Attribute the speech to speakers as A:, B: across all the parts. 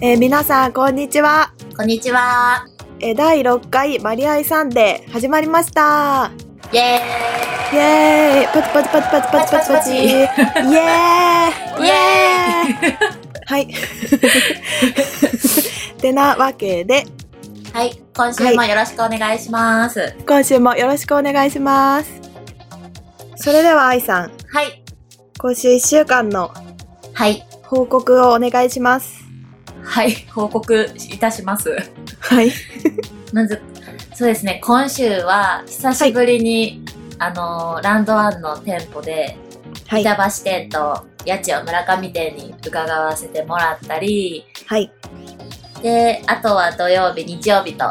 A: えー皆さん、こんにちは。
B: こんにちは。
A: えー第6回マリアイサンデー始まりました。
B: イエ
A: イエーイパチパチパチパチパチパチパチ
B: パチパチパチ
A: イエーイイエーイ
B: イエ
A: はい。 てなわけで、
B: ーイはい、今週もよろしくお願いします。はい、
A: 今週もよろしくお願いします。それでは、愛さん、
B: はい、
A: 今週1週間の
B: はい、
A: 報告をお願いします。
B: 報告いたします。
A: はい。
B: まず、そうですね、今週は久しぶりに、あのー、ランドワンの店舗で、
A: はい。
B: 板橋店と八千代村上店に伺わせてもらったり、
A: はい。
B: で、あとは土曜日、日曜日と、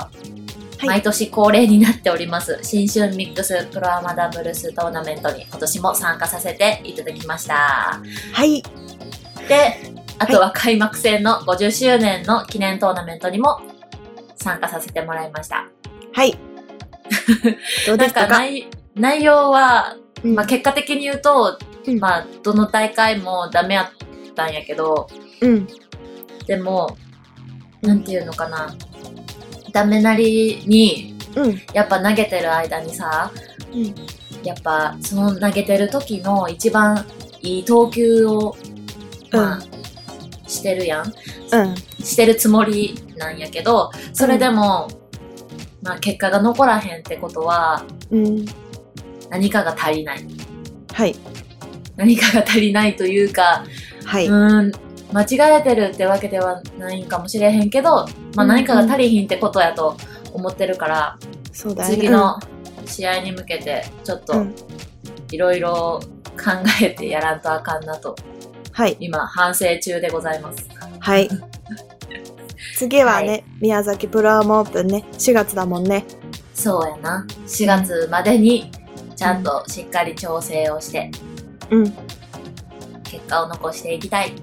A: い
B: 毎年恒例になっております、新春ミックスプロアマダブルストーナメントに今年も参加させていただきました。
A: はい。
B: で、あとは開幕戦の50周年の記念トーナメントにも参加させてもらいました。
A: はい。どうで
B: なん
A: した
B: か
A: か
B: 内内容は、
A: うん
B: まあ、結果的に言うと、
A: うん
B: まあ、どの大会もダメやったんやけど、
A: うん。
B: でも、なんていうのかな、ダメなりに、
A: うん。
B: やっぱ投げてる間にさ、
A: うん
B: やっぱその投げてる時の一番いい投球を、まあしてるやん。
A: うん。
B: してるつもりなんやけどそれでも、まあ、結果が残らへんってことは
A: うん。
B: 何かが足りない
A: はい。
B: 何かが足りないというか、
A: は
B: う
A: い。
B: ーん間違えてるってわけではないんかもしれへんけど、ま
A: う
B: あ、
A: ん
B: 何かが足りひんってことやと思ってるから、
A: そうだね。
B: 次の試合に向けてちょっ
A: う
B: と
A: ん
B: いろいろ考えてやらんとあかんなと
A: はい。
B: 今反省中でございます。
A: はい。次はね、
B: は
A: 宮崎プロアームオープンね、4月だもんね。
B: そうやな4月までにちゃんとしっかり調整をして
A: うん。
B: 結果を残していきたい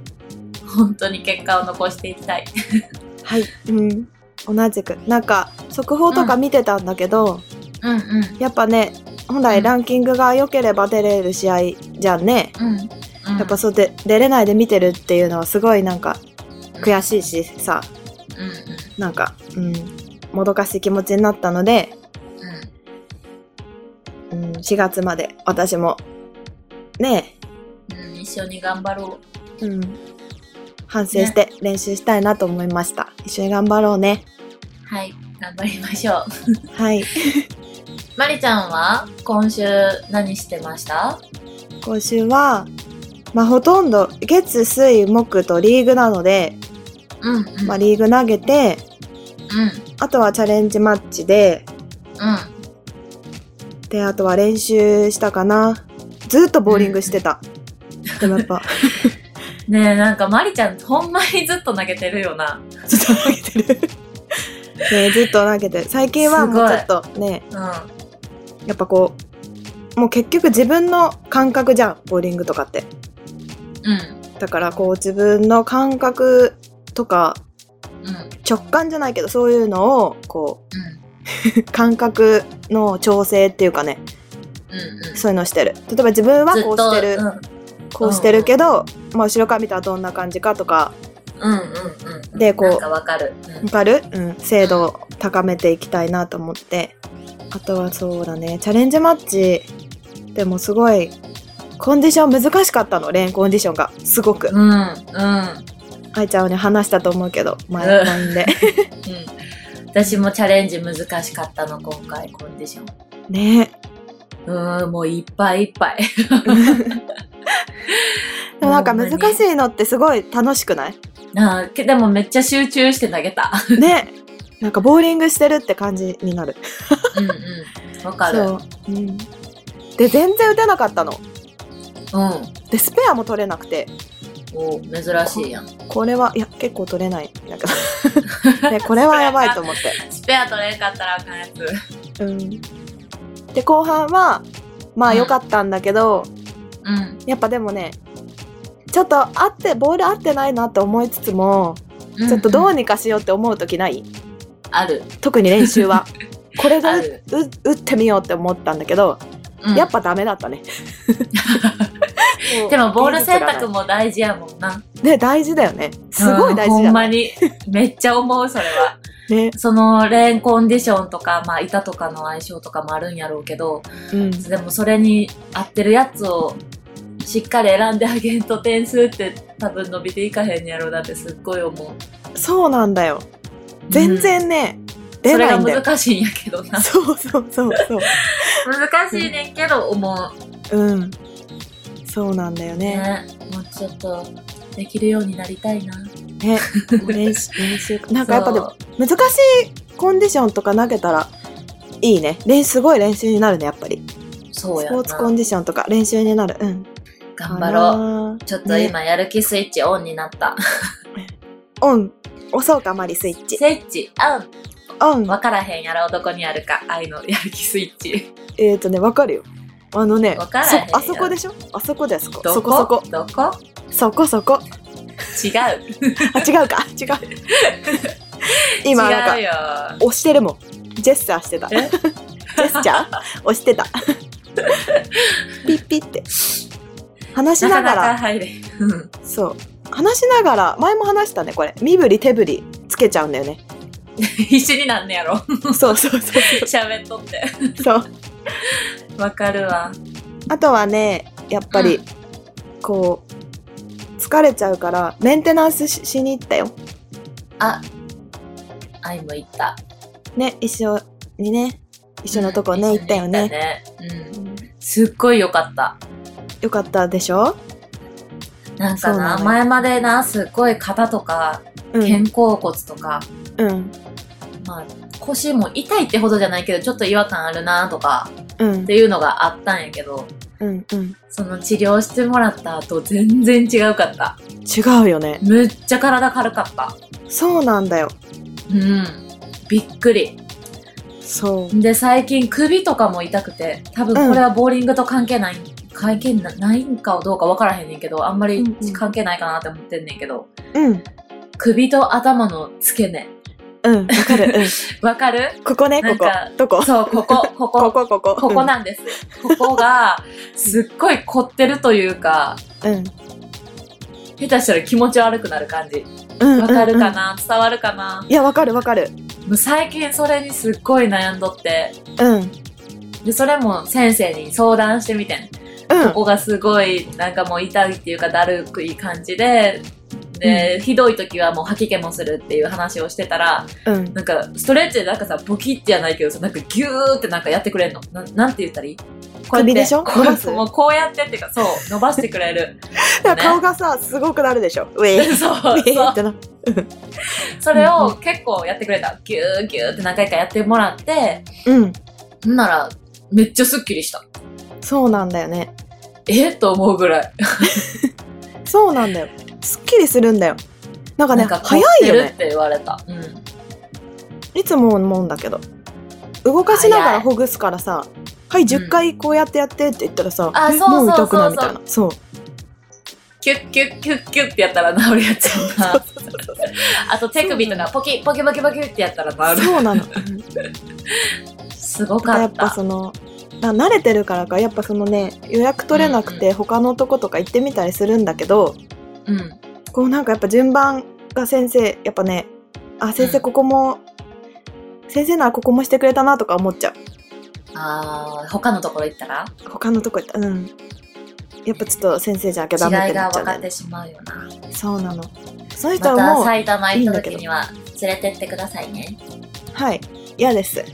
B: 本当に結果を残していきたい
A: はい。うん。同じく。なんか、速報とか見てたんだけど、
B: うんうん
A: やっぱね、本来ランキングが良ければ出れる試合じゃんね。
B: うん、
A: やっぱそうで、出れないで見てるっていうのはすごいなんか、悔しいしさ、
B: うんうん
A: なんか、うん、もどかしい気持ちになったので、うん、4月まで私も、ね
B: うん、うん、一緒に頑張ろ
A: え、うん、反省して練習したいなと思いました。一緒に頑張ろうね。
B: うはい頑張りましょう
A: はい。
B: まりちゃんは今週何してました
A: 今週は、まあ、ほとんど月、水、木とリーグなので、
B: うんうん
A: まあ、リーグ投げて、
B: うん
A: あとはチャレンジマッチで、
B: う
A: で、あとは練習したかな。ずっとボーリングしてた。でもやっぱ、
B: んねえなんかまりちゃんほんまにずっと投げてるよな
A: ずっと投げてる。ね、ずっと投げてる。最近はもうちょっとね、
B: う
A: やっぱこう、もう結局自分の感覚じゃん、ボーリングとかって。
B: ん
A: だからこう自分の感覚とか
B: うんうん
A: 直感じゃないけどそういうのをこ
B: う
A: う感覚の調整っていうかね
B: んうんうん
A: そういうのしてる例えば自分は
B: ずっ
A: こうし
B: と
A: てる、
B: うん
A: こうしてるけど、まあ、後ろから見たらどんな感じかとか
B: うんうんうんうん
A: でこう
B: なんかわかる、うん
A: わかる、うん、精度を高めていきたいなと思ってあとはそうだねチャレンジマッチでもすごいコンディション難しかったのレーンコンディションがすごく、
B: うん、うん、
A: 愛ちゃんはね話したと思うけど前
B: うん
A: な んで
B: うん。私もチャレンジ難しかったの、今回、コンディション。
A: ね
B: うーん、もういっぱいいっぱい。
A: でもなんか難しいのってすごい楽しく ない
B: なあ、けでもめっちゃ集中して投げた。
A: ねなんかボーリングしてるって感じになる。
B: うんうん。わかる。う
A: そう。うん、で、全然打てなかったの。
B: ん。
A: で、スペアも取れなくて、
B: お珍しいやん。
A: これは、いや、結構取れない。なんか で、これはやばいと 思って。
B: スペア取れんかったらあかんやつ。
A: うん。で、後半は、まあ
B: うん
A: 良かったんだけど、
B: うん。
A: やっぱでもね、ちょっと合って、ボール合ってないなって思いつつも、ちょっとど
B: ん
A: うにかしようって思う時ない
B: ある。
A: 特に練 習は。これが
B: あ
A: う
B: る。
A: 打ってみようって思ったんだけど、
B: うん
A: やっぱダメだったね。
B: でもボール選択も大事やもんな。
A: ね、大事だよね。すごい大
B: う
A: 事
B: んほ
A: だ
B: ん
A: ね。
B: まに。めっちゃ思う、それは。
A: ね。
B: そのレーンコンディションとか、まあ、板とかの相性とかもあるんやろうけど、
A: うん。
B: でもそれに合ってるやつをしっかり選んであげんと点数って多分伸びていかへんやろうなってすっごい思う。
A: そうなんだよ。全然ね、
B: そ
A: 出
B: れ
A: ない
B: が
A: んだよ。
B: 難しいんやけど な。
A: そうそうそうそう。
B: 難しいねんけど思う。
A: うん。そうなんだよね。
B: ね。もうちょっとできるようになりたいな。
A: ね。練習、練習。なんかやっぱでも
B: そ、
A: 難しいコンディションとか投げたら、いいね。練すごい練習になるね、やっぱり。
B: う、
A: ス
B: そうや
A: ポーツコ
B: な
A: ン。ディションとか練習になる。うん。
B: 頑張ろう。
A: う。
B: ちょっと今やる気スイッチオンになった。
A: オン。押そうか、マリスイッチ
B: ス。イッチオ
A: オン
B: ン。。わからへんやろ、どこにあるか。愛のやる気スイッチ。
A: えーとね、わかるよ。あのね、
B: わからへんよ
A: そあそこでしょあそこであそこ。
B: ど
A: そ
B: こ
A: こそこ。
B: どこ
A: そこそこ。
B: 違う。
A: あ、違うか。違う。今、なん
B: 違う
A: か、
B: よ。
A: 押してるもん。ジェスチャーしてた。ジ
B: え
A: ェスチャー押してた。ピッピって。話しながら、
B: なかなか入れへん。うん
A: そう。話しながら、前も話したね、これ。身振り手振りつけちゃうんだよね。
B: 必死になんねや ろ。
A: そうそうそうそ
B: 喋っとって。
A: う。そう。
B: わかるわ。
A: あとはね、やっぱり、
B: う
A: こう、疲れちゃうから、メンテナンスししに行ったよ。
B: あ、愛も行った。
A: ね、一緒にね、一緒のとこね、
B: うん
A: 行ったよね。
B: 一緒に行ったねうん。すっごい良かった。
A: よかったでしょ
B: なんか
A: そうな
B: な、
A: のよ
B: 前までな、すっごい肩とか、
A: う
B: 肩
A: ん。
B: 甲骨とか、
A: うん。
B: まあ、腰も痛いってほどじゃないけど、ちょっと違和感あるなとか、
A: うん
B: っ。ていうのがあったんやけど、
A: うん。うん。
B: その治療してもらった後、全然違うかった。
A: 違うよね。
B: むっちゃ体軽かった。
A: そうなんだよ。
B: うん。びっくり。
A: そう。
B: で、最近首とかも痛くて、多分これはボーリングと関係ない、関係なないんかどうかわからへんねんけど、あんまり
A: うんうん
B: 関係ないかなって思ってんねんけど、
A: うん。
B: 首と頭の付け根。
A: うん。わかる。 う
B: わかる
A: ん。ここね、
B: な
A: こ
B: ん
A: こ
B: か。
A: どこ
B: そう、ここ、ここ。
A: ここ、ここ。
B: ここなんです。ここが、すっごい凝ってるというか、
A: うん。うん。
B: 下手したら気持ち悪くなる感じ。
A: うん。うん
B: わかるか
A: うん
B: な、伝わるかない
A: や、わかるわかる。
B: もう最近それにすっごい悩んどって、
A: うん。うん。
B: で、それも先生に相談してみてん。ここがすごい、なんかもう痛いっていうかだるくい感じで、で、ひどい時はもう吐き気もするっていう話をしてたら、
A: うん。
B: なんかストレッチでなんかさ、ボキってじゃないけどさ、なんかギューってなんかやってくれんの。ななんて言ったらいいこうやって
A: 首でしょ
B: こ
A: 伸ばす
B: うもうこうやってっていうか、そう、伸ばしてくれる。
A: だから顔がさ、すごくなるでしょ。ウェイ。ウ
B: そう、
A: ェイ
B: そ
A: っ
B: う。
A: てな。
B: それを結構やってくれた。ギューギューって何回かやってもらって、
A: うん。
B: んなら、めっちゃスッキリした。
A: そうなんだよね。
B: えと思うぐらい。
A: そうなんだよ。すっきりするんだよ。なんかね、
B: 凝
A: 早
B: っ
A: い
B: て
A: よ
B: る
A: ね
B: っ。て言われた。うん。
A: いつも思うんだけど。動かしながらほぐすからさ、はい、
B: うん
A: 10回こうやってやってって言ったらさ、
B: あそう
A: え
B: そう
A: もう痛くな
B: そ
A: い
B: うそ
A: み
B: う
A: たいな。そう。
B: キュッキュッキュッキュッってやったら治るやつやな。あと手首とかポキポキポキポキってやったら治る。
A: そうなの。
B: すごか
A: や
B: っ
A: っぱ
B: た。
A: その、な慣れてるからか、やっぱそのね、予約取れなくて他のとことか行ってみたりするんだけど、
B: うん。
A: こうなんかやっぱ順番が先生、やっぱね、あ、先
B: う
A: 生
B: ん
A: ここも、先生ならここもしてくれたなとか思っちゃう。
B: あー、他のところ行ったら
A: 他のとこ行ったうん。やっぱちょっと先生じゃなきゃダメっ
B: 違
A: て
B: い
A: な
B: が
A: っちゃ
B: 分
A: う
B: か
A: ね、
B: ってしまうよな。
A: そうなの。その人
B: ま
A: はも
B: た
A: う、
B: 埼玉行った時には連れてってくださいね。
A: はい、嫌です。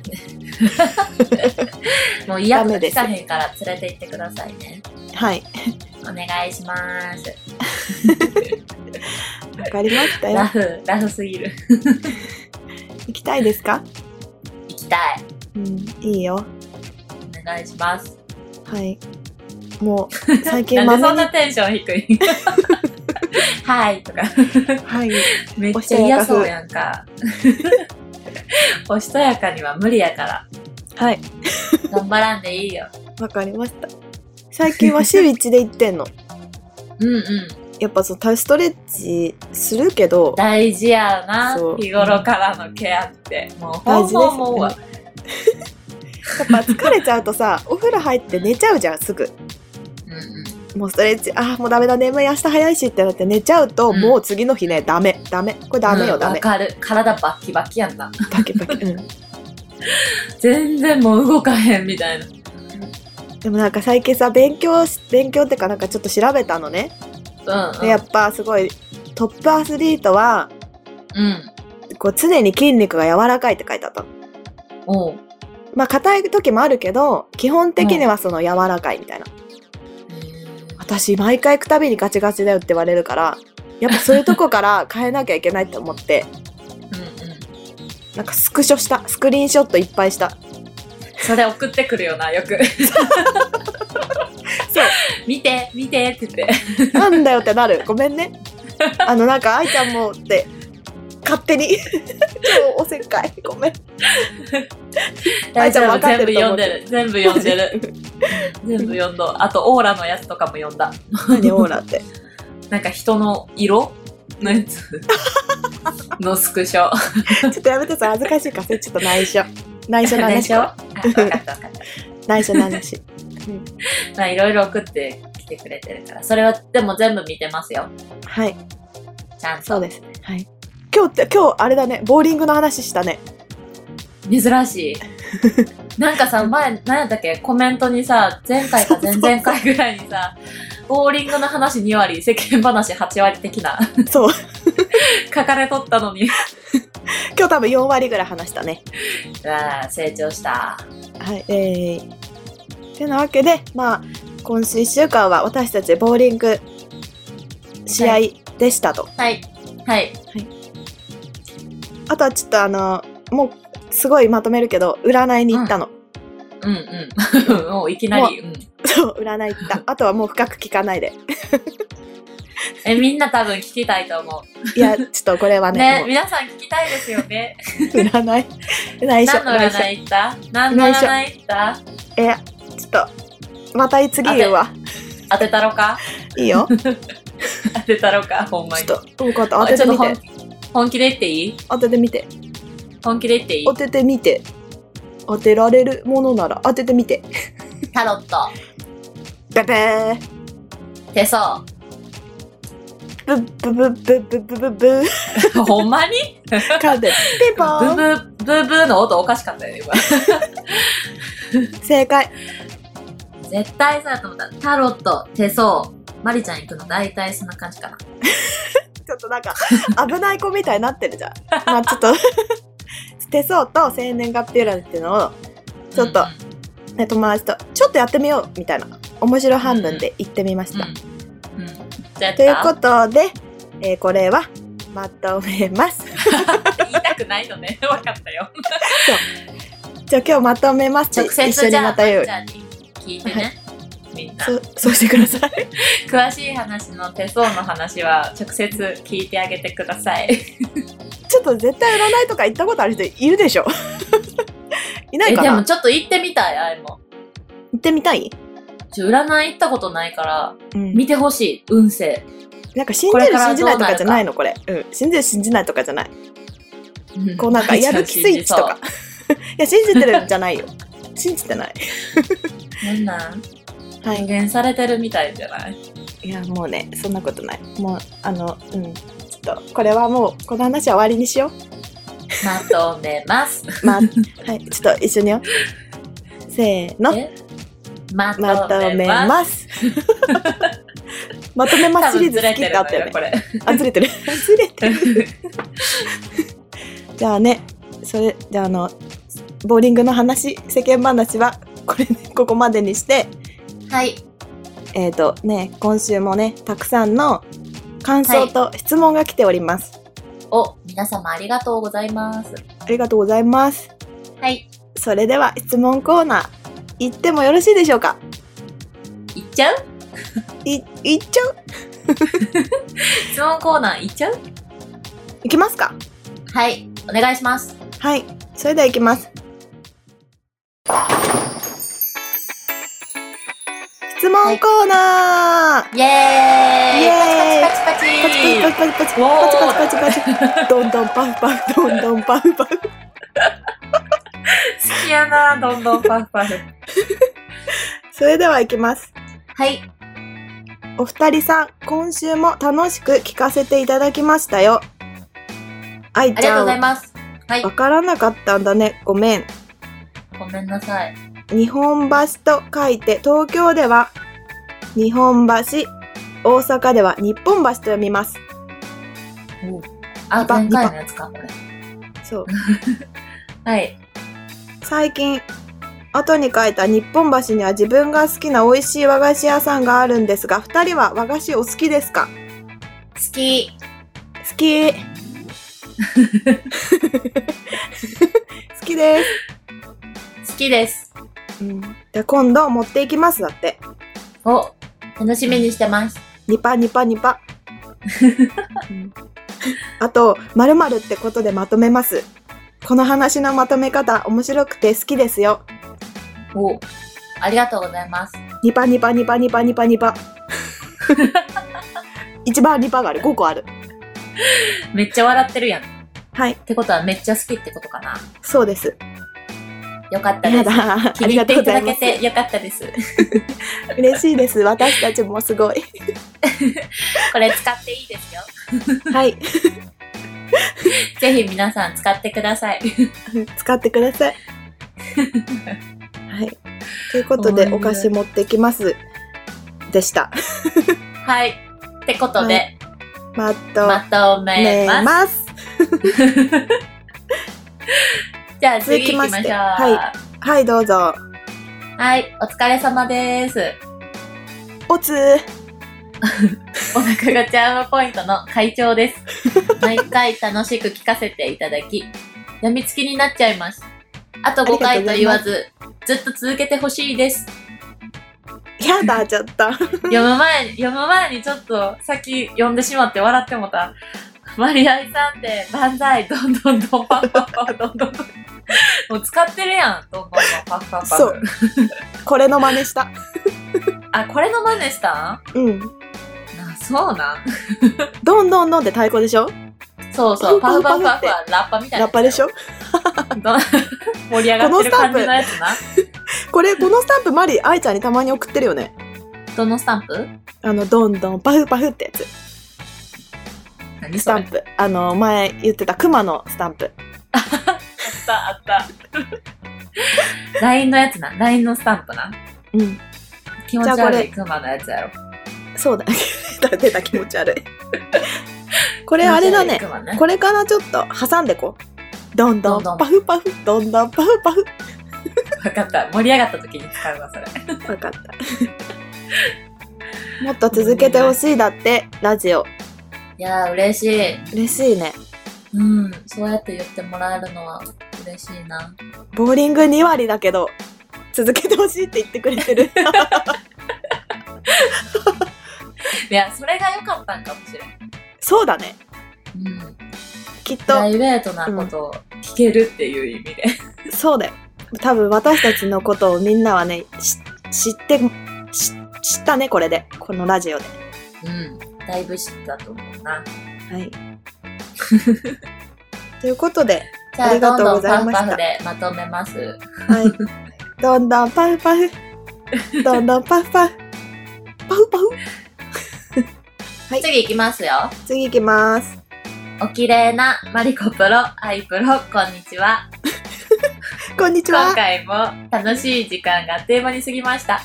B: もう嫌とか
A: ダメで
B: 聞
A: す
B: かへんから連れて行ってくださいね。
A: はい、
B: お願いします。
A: わかりました
B: ラ
A: よ。
B: フ、ラフすぎる。
A: 行きたいですか
B: 行きたい。
A: うん、いいよ。
B: お願いします。
A: はい。も う、最近
B: なんでそ
A: ま
B: んな
A: めに、
B: テンション低い はいとか。
A: はい、
B: めっちゃ嫌そうやんか。 おしとやかには無理やから。
A: はい、
B: 頑張らんでいいよ。
A: わかりました。最近は週1で行ってんの。
B: うんうん。
A: やっぱそう、ストレッチするけど、
B: 大事やな
A: そ。う
B: 日頃からのケアって。もう、ほ
A: 大
B: ん
A: 事です
B: ま思うわ。
A: やっぱ疲れちゃうとさ、お風呂入って寝ちゃうじゃん、すぐ。
B: うんうん。
A: もうストレッチ、あーもうダメだ、眠い、明日早いしってなって寝ちゃうと、
B: うん
A: もう次の日ね、ダメ、ダメ。これダメよ、
B: うん
A: ダメ
B: わ。かる。体バッキバキやんな。
A: パキパキ。うん。
B: 全然もう動かへんみたいな。
A: でもなんか最近さ、勉強し、勉強ってかなんかちょっと調べたのね。
B: うん、うん。
A: で、やっぱすごい、トップアスリートは、
B: うん。
A: こう常に筋肉が柔らかいって書いてあったの。
B: おう。
A: まあ硬い時もあるけど、基本的にはその柔らかいみたいな。私、毎回行くたびにガチガチだよって言われるから、やっぱそういうとこから変えなきゃいけないって思って、
B: うんうん。
A: なんかスクショした、スクリーンショットいっぱいした。
B: それ送ってくるよな、よ く。見て、見てって言って。
A: なんだよってなる。ごめんね。あの、なんか、愛ちゃんもって、勝手に。超おせっかい。ごめん。あいちゃん分かっ
B: 全部
A: てると
B: 読
A: 思
B: ん
A: うけ
B: でる。全部読んでる。全部読んだ。あと、オーラのやつとかも読んだ。
A: 何オーラって。
B: なんか人の色のや つのスクショ。
A: ちょっとやめてさ、恥ずかしいから、それちょっと内緒。内緒の
B: で
A: 話
B: しょ
A: か。
B: あ分かった分かった。
A: 内緒の話。
B: まあ、いろいろ送ってきてくれてるから。それは、でも全部見てますよ。
A: はい、
B: ちゃんと。
A: そうです。はい。今日って、今日あれだね、ボーリングの話したね。
B: 珍しい。なん かさ、前、何やったっけコメントにさ、前回か前々回ぐらいにさ、ボーリングの話2割、世間話8割的な
A: そう。
B: 書かれとったのに。
A: 今日多分4割ぐらい話したね。
B: ああ、成長した。
A: はい、えー。てなわけで、まあ、今週1週間は私たちボーリング試合でしたと。
B: はい。はい。
A: あとはちょっとあの、もう、すごいまとめるけど、占いに行ったの。
B: うんうん。 もういきなり、うん。
A: そう、占い行った。あとはもう深く聞かないで。
B: え、みんな多分聞きたいと思
A: いや、ちょっとこれは
B: う。ね
A: ね、、も
B: 皆さん聞きたいですよ ね。
A: う占い。内緒、
B: 何の
A: 内緒。
B: 占い行った何の占い行った
A: え、ちょっと、また次言うわ。
B: 当てたろか
A: いいよ。ち
B: 当てたろかほんまに。
A: ょっと、うん、こう当
B: あ
A: て
B: ち
A: て
B: ょっと
A: み
B: 本
A: て。
B: 本気で言っていい
A: 当ててみて。
B: 本気で言っていい
A: 当ててみて。当てられるものなら当ててみて。
B: タロット、
A: べべー。
B: 手相。
A: ぶぶぶぶぶぶぶぶ。
B: ほんまに
A: 噛んでる。ピン
B: ブ
A: ポーン。
B: ブ、ブブの音おかしかったよね、
A: 正解。
B: 今。絶対そうやと思った。タロット、手相。マリちゃん行くの大体そんな感じかな。
A: ちょっとなんか、危ない子みたいになってるじゃん。まあちょっと、 手相と生年月日占いっていうのを、ちょっと
B: うん
A: ね、友達と、ちょっとやってみようみたいな、面白半分で行ってみまし
B: うん。
A: た。
B: うん。うんじゃあ
A: という
B: やった
A: ことで、えーこれは、まとめます。
B: 言いたくないのね。 わかったよ。
A: じゃあ今日まとめます。
B: 直接
A: 一緒に
B: じゃあ、
A: ま
B: マ
A: た言
B: リ
A: う
B: ち。ゃんに聞いてね。みんな。
A: そう、そうしてください。
B: 詳しい話の手相の話は直接聞いてあげてください。
A: ちょっと絶対占いとか行ったことある人いるでしょ いない
B: え
A: か
B: で
A: な
B: もちょっと行ってみたい、あれも。
A: 行ってみたい、
B: ちょ占い行ったことないから、
A: うん、
B: 見てほしい、運勢。
A: なんか信じ
B: これ
A: る
B: から
A: 信じないと
B: どうなる
A: か
B: か
A: じゃないのこれ。うん。信じる信じないとかじゃない。こうなんかやる気スイッチと か。。いや、信じてるんじゃないよ。 信じてない。
B: なんなん
A: は
B: 還
A: い。
B: 元されてるみたいじゃない
A: いや、もうね、そんなことない。もう、あの、うん。ちょっと、これはもう、この話は終わりにしよ
B: まとめます。
A: う。 まあ、はい。ちょっと一緒によ。せーの。
B: えまとめ
A: まとめ
B: ます。
A: ます。まとめま
B: 多
A: すシリ
B: 分ず
A: ーズ好
B: れ
A: きってて
B: る
A: あっ
B: の
A: たよ
B: よ、
A: ね
B: こ。れ。
A: あ、ずれてる。ずれてる。 じゃあね、それ、じゃああの、ボーリングの話、世間話は、これ、ここまでにして、
B: はい。
A: えっ、とね、今週もね、たくさんの感想と質問が来ております。
B: お、皆様ありがとうございます。
A: ありがとうございます。
B: はい。
A: それでは質問コーナー、行ってもよろしいでしょうか
B: いっちゃう
A: い、行っちゃう
B: 質問コーナーいっちゃう
A: 行きますか
B: はい。お願いします。
A: はい。それでは行きます。質問コーナー、
B: イエーイ
A: イエーイ
B: パチパチパチ
A: パチパチパチパチパチパチパチパチパチパチどんどんパフパフどんどんパフパフ
B: チ好きやな どんどんパフパフ。
A: それではいきます
B: はい。
A: お二人さん、今週も楽しく聞かせていただきましたよ。愛
B: あ
A: ち
B: りがとう
A: ゃ
B: ござい
A: ん、
B: ます。はい
A: わ。からなかったんだね。ごめん。
B: ごめんなさい。
A: 日本橋と書いて東京では日本橋大阪では日本橋と読みます
B: あ、
A: 二番
B: 前回のやつか、これ。
A: そう
B: はい。
A: 最近後に書いた日本橋には自分が好きな美味しい和菓子屋さんがあるんですが2人は和菓子お好きですか
B: 好き。
A: 好き 好きで
B: 好きです。
A: す、うん、で今度持っていきますだって
B: お、楽しみにしてます。
A: ニパニパ ニパうんあと「まるってことでまとめますこの話のまとめ方面白くて好きですよ
B: お、ありがとうございます。
A: ニパニパニパニパニパニパ 一番ニパがある5個ある
B: めっちゃ笑ってるやん。っ
A: はい
B: てことはめっちゃ好きってことかな。
A: そうです
B: よかったで
A: や
B: す。
A: だ
B: 気
A: あ
B: に
A: り
B: 入
A: が
B: って
A: とうご
B: いた
A: ざ
B: だ
A: いま
B: け
A: す
B: てよかったです。
A: 嬉しいです私たちもすごい
B: これ使っていいですよ。
A: はい
B: ぜひ皆さん使ってください。
A: 使ってくださいはいということ
B: 面
A: で
B: 白い
A: お菓子持ってきますでした
B: はい。ってことで、
A: まと
B: まとめ
A: め
B: ます。
A: ます
B: じゃあ次行きましょ
A: 続
B: う。
A: きまして
B: は
A: ははいどうぞ
B: い、お疲れ様です。
A: おつー
B: お腹がチャームポイントの会長 です。毎回楽しく聞かせていただき、病みつきになっちゃいます。あと5回と言わず、ずっと続けてほしいです。
A: やだ、ちょっと。
B: 読む前に、 読む前にちょっと先読んでしまって笑ってもた。マリアイさんって万歳、どんどんどんパンパンパン、どんどんどん。もう使ってるやん、どんどんどんパンパンパン。
A: そうこれの真似した。
B: あ、これの真似したんあ、
A: うん。
B: そうなん
A: どんどんどんって太鼓でしょ
B: そうそう、パ
A: パ
B: フ
A: フ
B: パ
A: パ
B: フパ
A: フパフっ
B: フ
A: て
B: はラッパみたいなや
A: ラッ
B: つ
A: パでしょ
B: ど盛り上がってる感じのやつな。
A: これ、このスタンプマリ、アイちゃんにたまに送ってるよね。
B: どのスタンプ
A: あの、どんどんパフパフってやつ。
B: 何
A: ス
B: そ
A: タ
B: れ
A: ンプ。あの、前言ってたクマのスタンプ。
B: あった、あった。LINE のやつな。LINE のスタンプな。
A: うん。
B: 気持ち
A: じゃあこ
B: 悪い
A: れ
B: クマのやつやろ。こ
A: そうだ。出た気持ち悪い。これあれだね。これからちょっと挟んでこう。どんど
B: どんどん
A: んパフパフ、どんどんパフパフ。
B: 分かった。盛り上がった時に使うわ、それ。
A: わかった。もっと続けてほしいだって、ラジオ。
B: いやー、嬉しい。
A: 嬉しいね。
B: うん。そうやって言ってもらえるのは嬉しいな。
A: ボーリング2割だけど、続けてほしいって言ってくれてる。
B: いや、それが良かったんかもしれん。
A: そうだね。
B: うん。
A: きっ
B: プラ
A: と、
B: イベートなことを聞けるっていう意味で。
A: そうだよ。多分私たちのことをみんなはね、し知って、し知ったね、これで。このラジオで。
B: うん。だいぶ知ったと思うな。
A: はい。ということで、
B: じゃあ、
A: あり
B: ど
A: が
B: ん
A: とう
B: ど
A: ご
B: ん
A: ざ
B: パ
A: い
B: フ
A: ました
B: パフでまとめます。
A: はい。どんどんパフパフ。どんどんパフパフ。パフパフ。はい
B: 次行きますよ。
A: 次行きます。
B: おきれいなマリコプロ、アイプロ、こんにちは。
A: こんにち
B: 今
A: は。
B: 回も楽しい時間があっという間に過ぎました。
A: は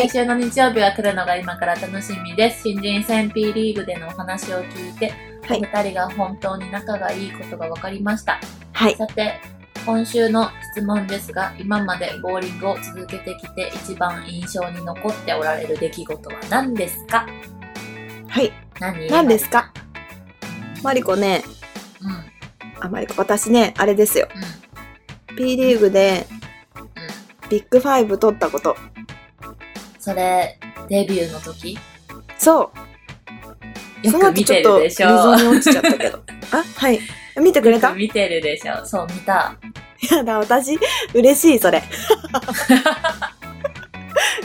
A: い
B: 来週の日曜日が来るのが今から楽しみです。新人戦 P リーグでのお話を聞いて、
A: はい
B: お二人が本当に仲がいいことが分かりました。
A: はい。
B: さて、今週の質問ですが、今までボーリングを続けてきて一番印象に残っておられる出来事は何ですか
A: はい。
B: 何
A: 何ですかマリコね、
B: うん、うん、
A: あ、マリコ、私ね、あれですよ。
B: うん。
A: P リーグでビッグファイブ取ったこと。
B: それ、デビューの時
A: そう。
B: よく見てるでしょ。
A: その後ちょっと溝に落ちちゃった けど。あ、はい。見てくれ
B: よ
A: た
B: く見てるでしょ。そう、見た。
A: やだ、私、嬉し い、それ。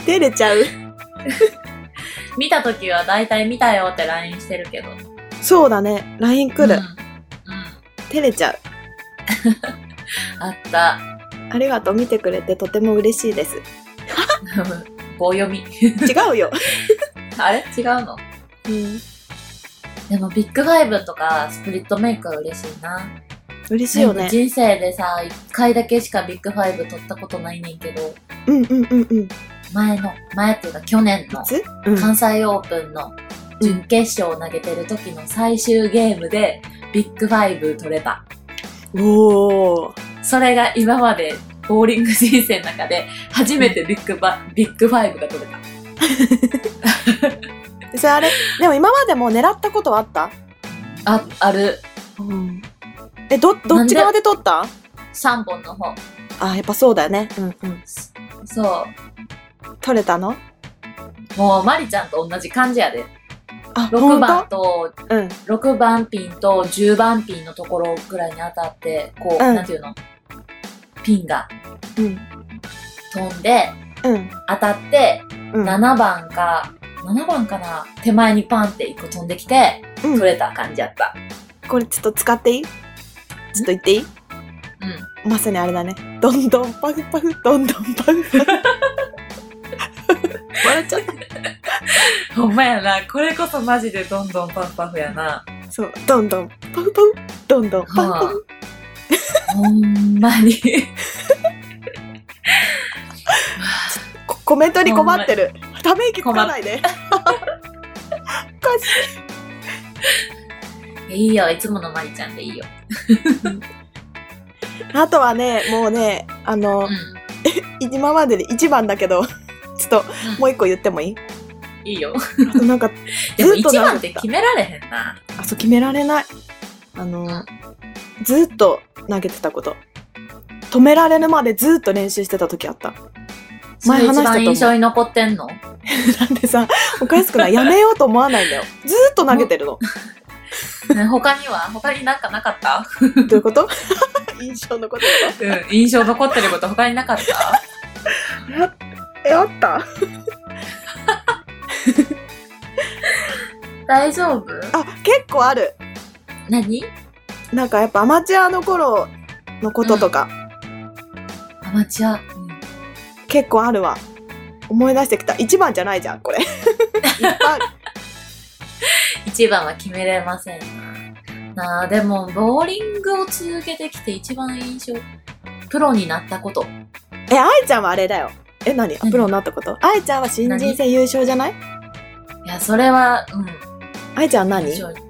A: 出れちゃう。
B: 見た時は大体見たよって LINE してるけど。
A: そうだね。LINE 来
B: うん。。う
A: る
B: ん
A: 照れちゃう。
B: あった。
A: ありがとう、見てくれてとても嬉しいです。
B: 棒読み。
A: 違うよ。
B: あれ違うの
A: うん。
B: でもビッグファイブとかスプリットメイクは嬉しいな。
A: 嬉しいよ
B: なん
A: ね
B: か。人生でさ、一回だけしかビッグファイブ取ったことないねんけど、
A: うんうんうんうん。い
B: 前の、前っていうか去年の
A: つうん。
B: 関西オープンの準決勝を投げてる時の最終ゲームでビッグファイブ取れた。
A: おー。
B: それが今までボーリング人生の中で初めてビッグバ、ビッグファイブが取れた。
A: それあれ、でも今までも狙ったことはあった
B: あ、ある。
A: うん。え、ど、どっち側で取った
B: 3本の方。
A: あ、やっぱそうだよね。うんうん。
B: そ
A: 取れたの
B: う。もうマリちゃんと同じ感じやで。
A: あ、
B: 6
A: 本
B: 番
A: 当
B: と、
A: うん。
B: 6番ピンと10番ピンのところぐらいに当たって、こう、
A: うん
B: なんていうのピンが
A: うん。
B: 飛んで、
A: うん。
B: 当たって、
A: うん。
B: 7番か、7番かな手前にパンって1個飛んできて、
A: うん
B: 取れた感じやった。
A: これちょっと使っていいちょっと言っていい
B: うん。
A: まさにあれだね。どんどんパフパフ、どんどんパフパフ。笑っちゃった。
B: ほんまやな。これこそマジでどんどんパフパフやな。
A: そう。どんどんパフパフ、どんどんパフパ
B: は
A: フ。
B: ほんまに。
A: こコメントに困ってる。ため息つかないで。おかし
B: いいよ。いつものマリちゃんでいいよ。
A: いあとはね、もうね、あの
B: う、ん。
A: 今までで1番だけど、ちょ っともう一個言ってもい い
B: いいよ。
A: あとなんか、
B: でも
A: ずっと
B: 一
A: な
B: 番
A: ん
B: っ
A: だ
B: て
A: った
B: 決められへんな。
A: あ、そう決められない。あの、ずっと投げてたこと。止められるまでずっと練習してた時あった。 前話したと思
B: それ一
A: う
B: 番印象に残ってんの
A: なんでさ、おかしくないやめようと思わないんだよ。ずーっと投げてるの。
B: ね他には他になんかなかった
A: どういうこと 印象のこと
B: うん。印象残ってること他になかった
A: え、あった
B: 大丈夫
A: あ、結構ある。
B: 何
A: なんかやっぱアマチュアの頃のこととか、
B: アマチュア。
A: 結構あるわ。思い出してきた。一番じゃないじゃん、 これ。いっぱい
B: 一番は決めれませんな。なあ、でも、ボーリングを続けてきて一番印象、プロになったこと。
A: え、愛ちゃんはあれだよ。え、何
B: 何
A: プロになったこと愛ちゃんは新人戦優勝じゃない
B: いや、それは、うん。
A: 愛ちゃん何
B: 非常に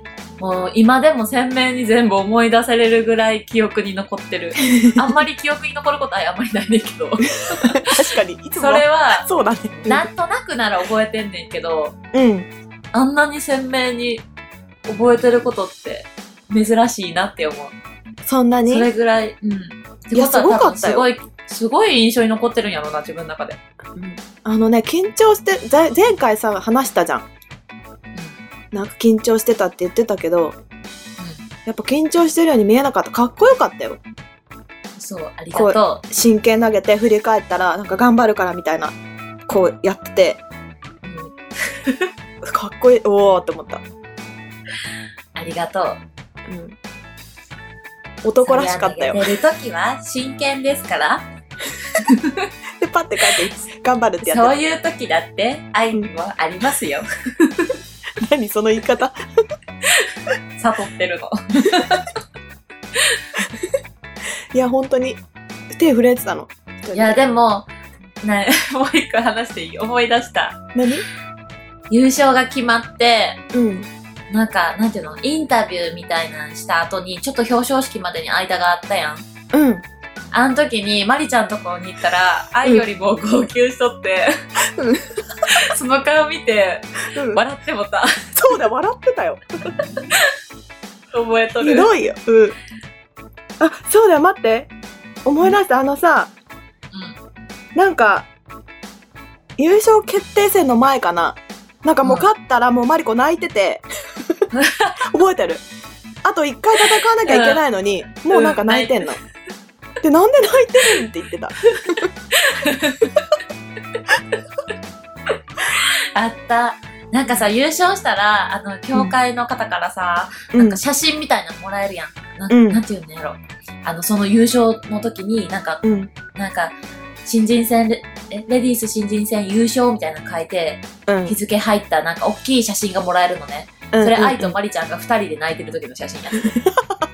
B: もう今でも鮮明に全部思い出されるぐらい記憶に残って る。あんまり記憶に残ることはあんまりないねんけど。
A: 確かに。いつ
B: そ
A: も。
B: れは、
A: そうだね。
B: なんとなくなら覚えてんねんけど、
A: うん。
B: あんなに鮮明に覚えてることって珍しいなって思う。
A: そんなに
B: それぐらい、うん。って
A: いや
B: ことは
A: すごかった
B: 多
A: よ
B: 分すごい、すごい印象に残ってるんやろな、自分の中で。
A: あのね、緊張して、ざ前回さ、話したじゃん。なんか緊張してたって言ってたけど、やっぱ緊張してるように見えなかった。かっこよかったよ。
B: そう、ありがと
A: 真剣投げて振り返ったら、なんか頑張るからみたいな、こうやってて、
B: う。うん
A: かっこいい、おーって思った。
B: ありがとう。
A: うん。男らしかったよ。
B: 寝てる時は真剣ですから。
A: で、パッて帰って、頑張るってや
B: そう
A: って
B: いう時だって愛にもありますよ。
A: た。何その言い方
B: 悟ってるの。
A: いや、本当に、手震えてたの。
B: いや、でも、ね、 もう一個話していい思い出した。
A: 何
B: 優勝が決まって、
A: うん。
B: なんか、なんていうの、インタビューみたいなのした後に、ちょっと表彰式までに間があったやん。
A: うん。
B: あの時に、マリちゃんとこに行ったら、愛よりも号泣しとって、
A: うん
B: その顔見て、
A: うん、
B: 笑ってもた。
A: そうだ、笑ってたよ。
B: 覚えと
A: ひ
B: る。
A: どいよ。うん。あ、そうだよ、待って。思い出した、あのさ、なんか、優勝決定戦の前かな。なんかもう
B: うん
A: 勝ったらもうマリコ泣い てて、覚えてる。あと一回戦わなきゃいけないのに、
B: ん
A: もうなんか泣いてんの。で、なんで泣いてるんって言ってた。
B: あった。なんかさ、優勝したら、あの、協会の方からさ、
A: う
B: なん
A: ん
B: か。写真みたいなのもらえるやん。な
A: うん
B: なんていうんやろ。あの、その優勝の時に、なんか、
A: うん。
B: なんか、新人戦レ、えレディース新人戦優勝みたいなの書いて、
A: うん
B: 日付入ったなんか大きい写真がもらえるのね。
A: うん
B: それ、
A: うん
B: 愛とマリちゃんが二人で泣いてる時の写真やって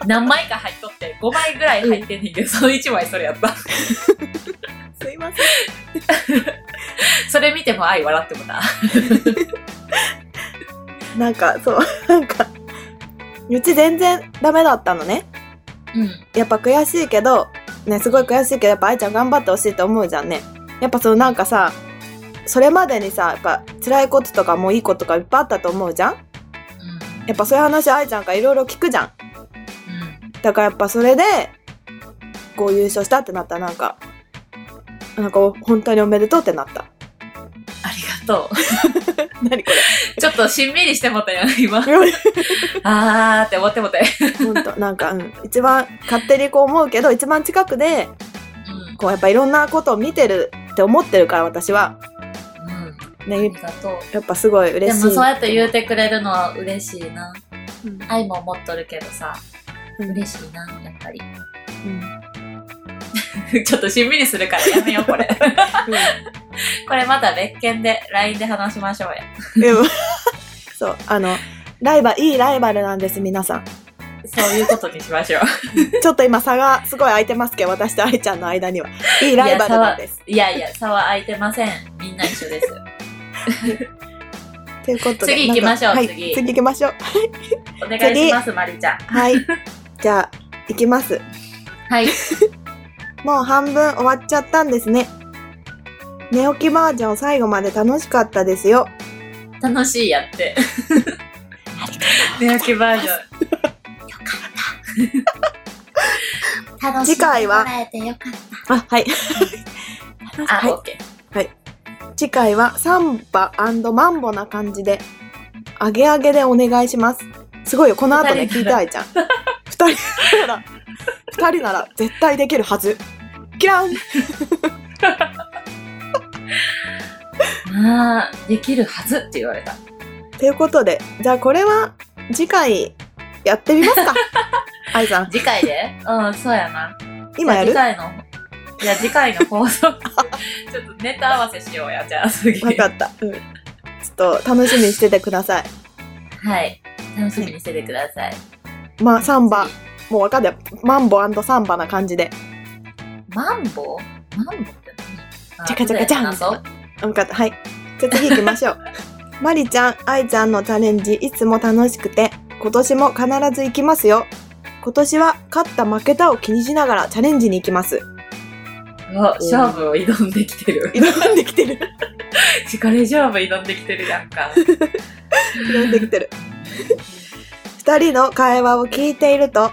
B: 何枚か入っとって、5枚ぐらい入ってんねんけど、その1枚それやった。
A: すいません
B: それ見ても愛笑ってもな。
A: なんかそう なんかうち全然ダメだったのね
B: うん。
A: やっぱ悔しいけどねすごい悔しいけどやっぱ愛ちゃん頑張ってほしいと思うじゃんねやっぱそのなんかさそれまでにさやっぱ辛いこととかもういいこととかいっぱいあったと思うじゃんやっぱそういう話愛ちゃんからいろいろ聞くじゃんだからやっぱそれでこう優勝したってなったらなんかなんかお本当におめでとうってなった
B: ありがと
A: 何こ
B: う。ちょっとしんみりしてもたやん、今。
A: れ
B: あーって思ってもたやん。
A: 本当なんか、うん、一番勝手にこう思うけど一番近くでこうやっぱいろんなことを見てるって思ってるから私は、
B: うん。うん。あ
A: ね
B: り、がとう。
A: やっぱすごい
B: で
A: 嬉
B: も
A: しい
B: そうやって言うてくれるのは嬉しいな。
A: うん
B: 愛も思っとるけどさ、
A: うん
B: 嬉しいな、やっぱり。
A: うん
B: ちょっとしんみりするからやめよう、これ。 これまた別件で LINE で話しましょうや。
A: でも そうあのライバいいライバルなんです皆さん
B: そういうことにしましょう。
A: ちょっと今差がすごい空いてますけど私と愛ちゃんの間にはいいライバルなんです
B: いやいや、差は空いてません。みんな一緒です。
A: ということで
B: 次行きましょう
A: なんかは
B: 次
A: い、次行きましょう
B: お願いします、まりちゃん。
A: はい じゃあ行きます
B: はい。
A: もう半分終わっちゃったんですね寝起きバージョン最後まで楽しかったですよ
B: 楽しいやって。寝起きバー ジョン。よかった。楽
A: しんでもら
B: えてよかっ
A: あはい
B: た。
A: は
B: あ、
A: い
B: オッケー。
A: 次回はサンバマンボな感じで、アゲアゲでお願いします。すごいよ、この後
B: 二
A: ね、
B: 人
A: 聞
B: な
A: いて
B: ら
A: あいちゃん。二人なら、二人なら絶対できるはず。キラン
B: まあ、できるはずって言われた。
A: ということで、じゃあこれは次回やってみますか。あいさん、
B: 次回でうん、そうやな。
A: 今やる
B: じゃあ次回の、いや、次回の放送。 ちょっとネタ合わせしようや、じゃあ次。
A: わかった。うん。ちょっと楽しみにしててください。
B: はい。楽しみにしててください。
A: まあ、サンバ、もうわかんない。マンボサンバな感じで。
B: マンボウマンボウって何
A: チャカチャカチャン
B: あそう
A: 分かった。はい。じゃあ次行きましょう。まりちゃん、あいちゃんのチャレンジ、いつも楽しくて、今年も必ず行きますよ。今年は勝った負けたを気にしながらチャレンジに行きます。
B: うわ勝負を挑んできてる。
A: 挑んできてる。
B: 力勝負挑んできてるやんか。
A: 挑んできてる。二人の会話を聞いていると、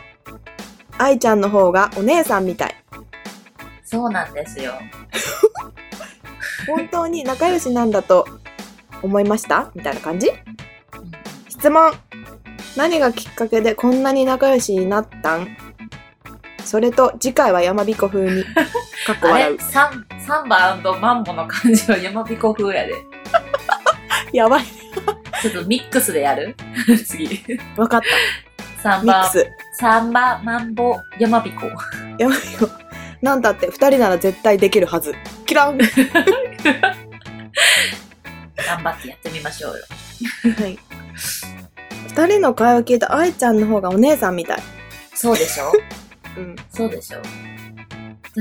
A: あいちゃんの方がお姉さんみたい。
B: そうなんですよ。
A: 本当に仲良しなんだと思いましたみたいな感じ質問何がきっかけでこんなに仲良しになったんそれと次回は山彦風にかっこ
B: あれ
A: 笑 う
B: サンサンバマンボの感じは山彦風やで。
A: やばい
B: ちょっとミックスでやる 次。
A: わかっ
B: サ
A: た
B: ン
A: ミッ
B: バ
A: ク、ス
B: サンバ、マンボ、山彦。
A: 山彦なんだって2人なら絶対できるはずキラン、は
B: 頑張ってやってみましょうよ。
A: い、2人の会話聞いた愛ちゃんの方がお姉さんみたい、
B: そうでしょ
A: うん、
B: そうでしょ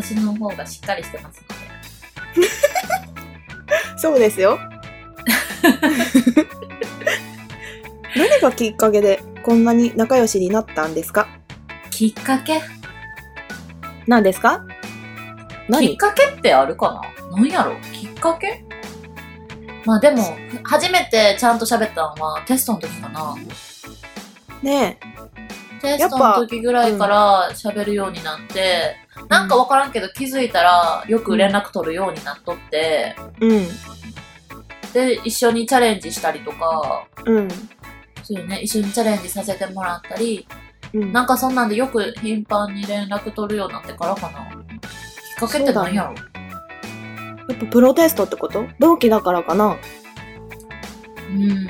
B: 私の方がしっかりしてますので。
A: そうです よ何がきっかけでこんなに仲良しになったんですか
B: きっかけ
A: 何ですか
B: きっかけってあるかななんやろきっかけまあでも、初めてちゃんと喋ったのはテストの時かな。
A: ね
B: テストの時ぐらいから喋るようになって、なんかわからんけど気づいたらよく連絡取るようになっとって、
A: えうん
B: で、一緒にチャレンジしたりとか、
A: うん
B: そうよね、一緒にチャレンジさせてもらったり、
A: うん
B: なんかそんなんでよく頻繁に連絡取るようになってからかな。きっかけって何やろ
A: やっぱプロテストってこと同期だからかな
B: うん。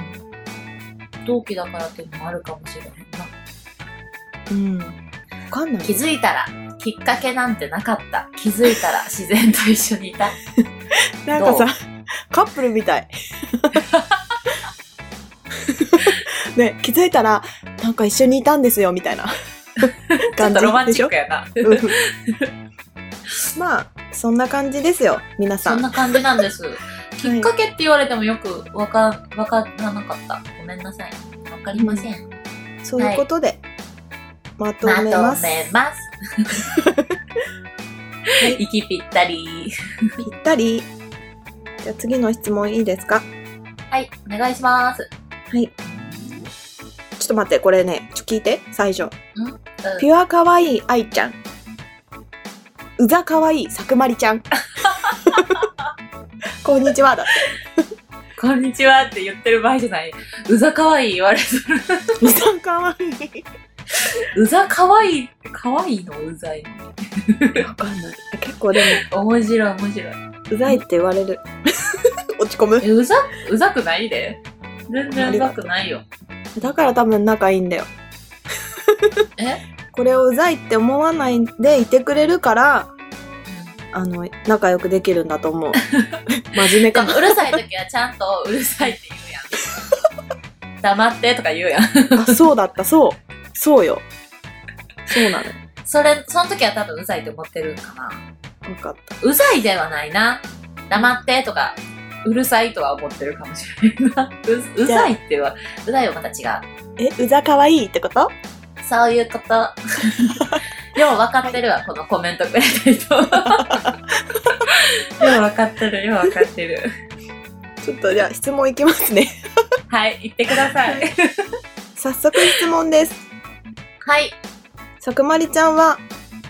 B: 同期だからっていうのもあるかもしれへんな。
A: うんわかんない
B: 気づいたらきっかけなんてなかった。気づいたら自然と一緒にい た。
A: なんかさ、カップルみた い。ね、気づいたら、なんか一緒にいたんですよ、みたい な
B: ちょっ
A: 感じ
B: とロマン
A: で
B: チ
A: し
B: ッ
A: ょ
B: ク。やな。
A: うんまあ、そんな感じですよ、皆 さ
B: そん
A: ん。
B: な感じなんです。きっかけって言われてもよくわか、わからなかった。ごめんなさい。わかりません。
A: そういうことで、まと
B: まと
A: め
B: め
A: ます。
B: ます。
A: い
B: 息ぴったり。
A: ぴったり。じゃあ次の質問いいですか
B: はい、お願いします。
A: ちょっと待って、これね、ちょっと聞いて、最初。
B: うん
A: ピュアかわいい愛ちゃん。うざかわいいさくまりちゃん。こんにちはだって。
B: こんにちはって言ってる場合じゃない。 うざかわいい言われてる。
A: うざかわい
B: うざかわいい。かわいいのうざいの。
A: い。わかんない。結構で
B: 面白い面白い。
A: も、うざいって言われる。落ち込む。
B: え、うざ、うざくないで。全然うざくないよ。
A: だから多分仲いいんだよ。
B: え
A: これをうざいって思わないでいてくれるから、あの、仲良くできるんだと思う。真面目
B: で
A: か
B: も
A: な。
B: うるさい時はちゃんとうるさいって言うや ん。黙ってとか言うやん。
A: あ、そうだった、そう。そうよ。そうなのよ。
B: それ、その時は多分うざいと思ってるんかな。
A: 分かった。
B: うざいではないな。黙ってとか、うるさいとは思ってるかもしれないな。ううざいっては、うざいはまた違う。
A: え、うざかわいいってこと
B: そういう こと。よう分かってるわ、このコメントくれた 人。よう分かってる、よう分かってる。
A: ちょっとじゃあ質問いきますね。
B: はい、言ってください。
A: 早速質問です。
B: はい。
A: さくまりちゃんは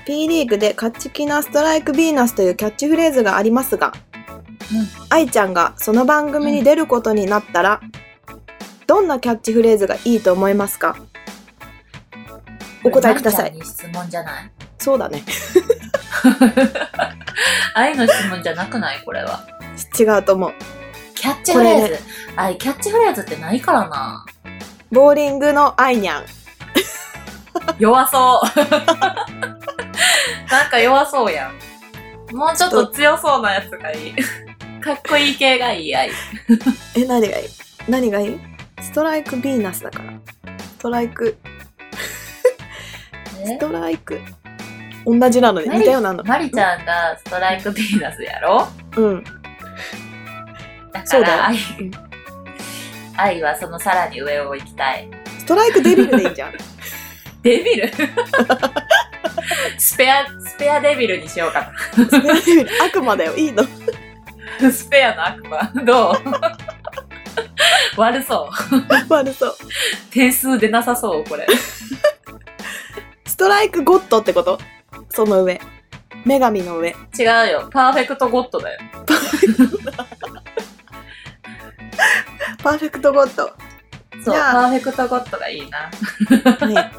A: P リーグで勝ち気なストライクビーナスというキャッチフレーズがありますが、
B: うん
A: 愛ちゃんがその番組に出ることになったら、どんなキャッチフレーズがいいと思いますかお答えください
B: これ。まりちゃんに質問じゃない。
A: そうだね。
B: 愛の質問じゃなくないこれは。
A: 違うと思う。
B: キャッチフレー
A: こ
B: ズ。愛、キャッチフレーズってないからな。
A: ボーリングの愛にゃん。
B: 弱そう。 なんか弱そうやん。もうちょっと強そうなやつがいい。かっこいい系がいい愛。
A: え、何がいい何がいいストライクビーナスだから。ストライク、ストライク。同じなのに似たようなの。
B: マリちゃんがストライクビーナスやろ
A: うん。
B: だか
A: そうだよ
B: ら愛
A: うん、
B: 愛はそのさらに上を行きたい。
A: ストライクデビルでいいじ ゃん。
B: デビル スペア、スペアデビルにしようかな。
A: スペアデビル悪魔だよ、いいの。
B: スペアの悪魔。どう 悪そう。
A: 悪そう。
B: 点数出なさそう、これ。
A: ストライクゴッドってことその上。女神の上。
B: 違うよ。パーフェクトゴッドだよ。
A: パーフェクトゴッド。
B: そう、
A: じゃあ
B: パーフェクトゴッドがいいな。
A: ね、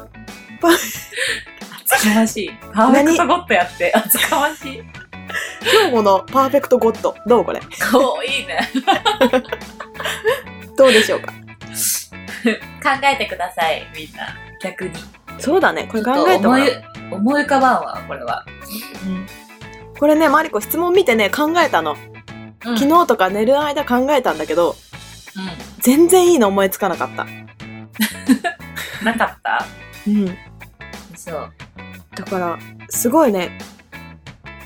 B: 厚かましい。パーフェクトゴッドやって、厚かましい。
A: 今日のパーフェクトゴッド。どうこれ
B: かわいいね。
A: どうでしょうか
B: 考えてください、みんな。逆に。
A: そうだね。これ考
B: ちょ
A: え
B: ってと
A: も
B: 思い
A: らう。、
B: 思い浮かばんわ、これは。
A: これね、マリコ質問見てね、考えたの。
B: うん
A: 昨日とか寝る間考えたんだけど、
B: う
A: 全然いいの思いつかなかった。
B: ん。なかった
A: うん。
B: そう。
A: だから、すごいね。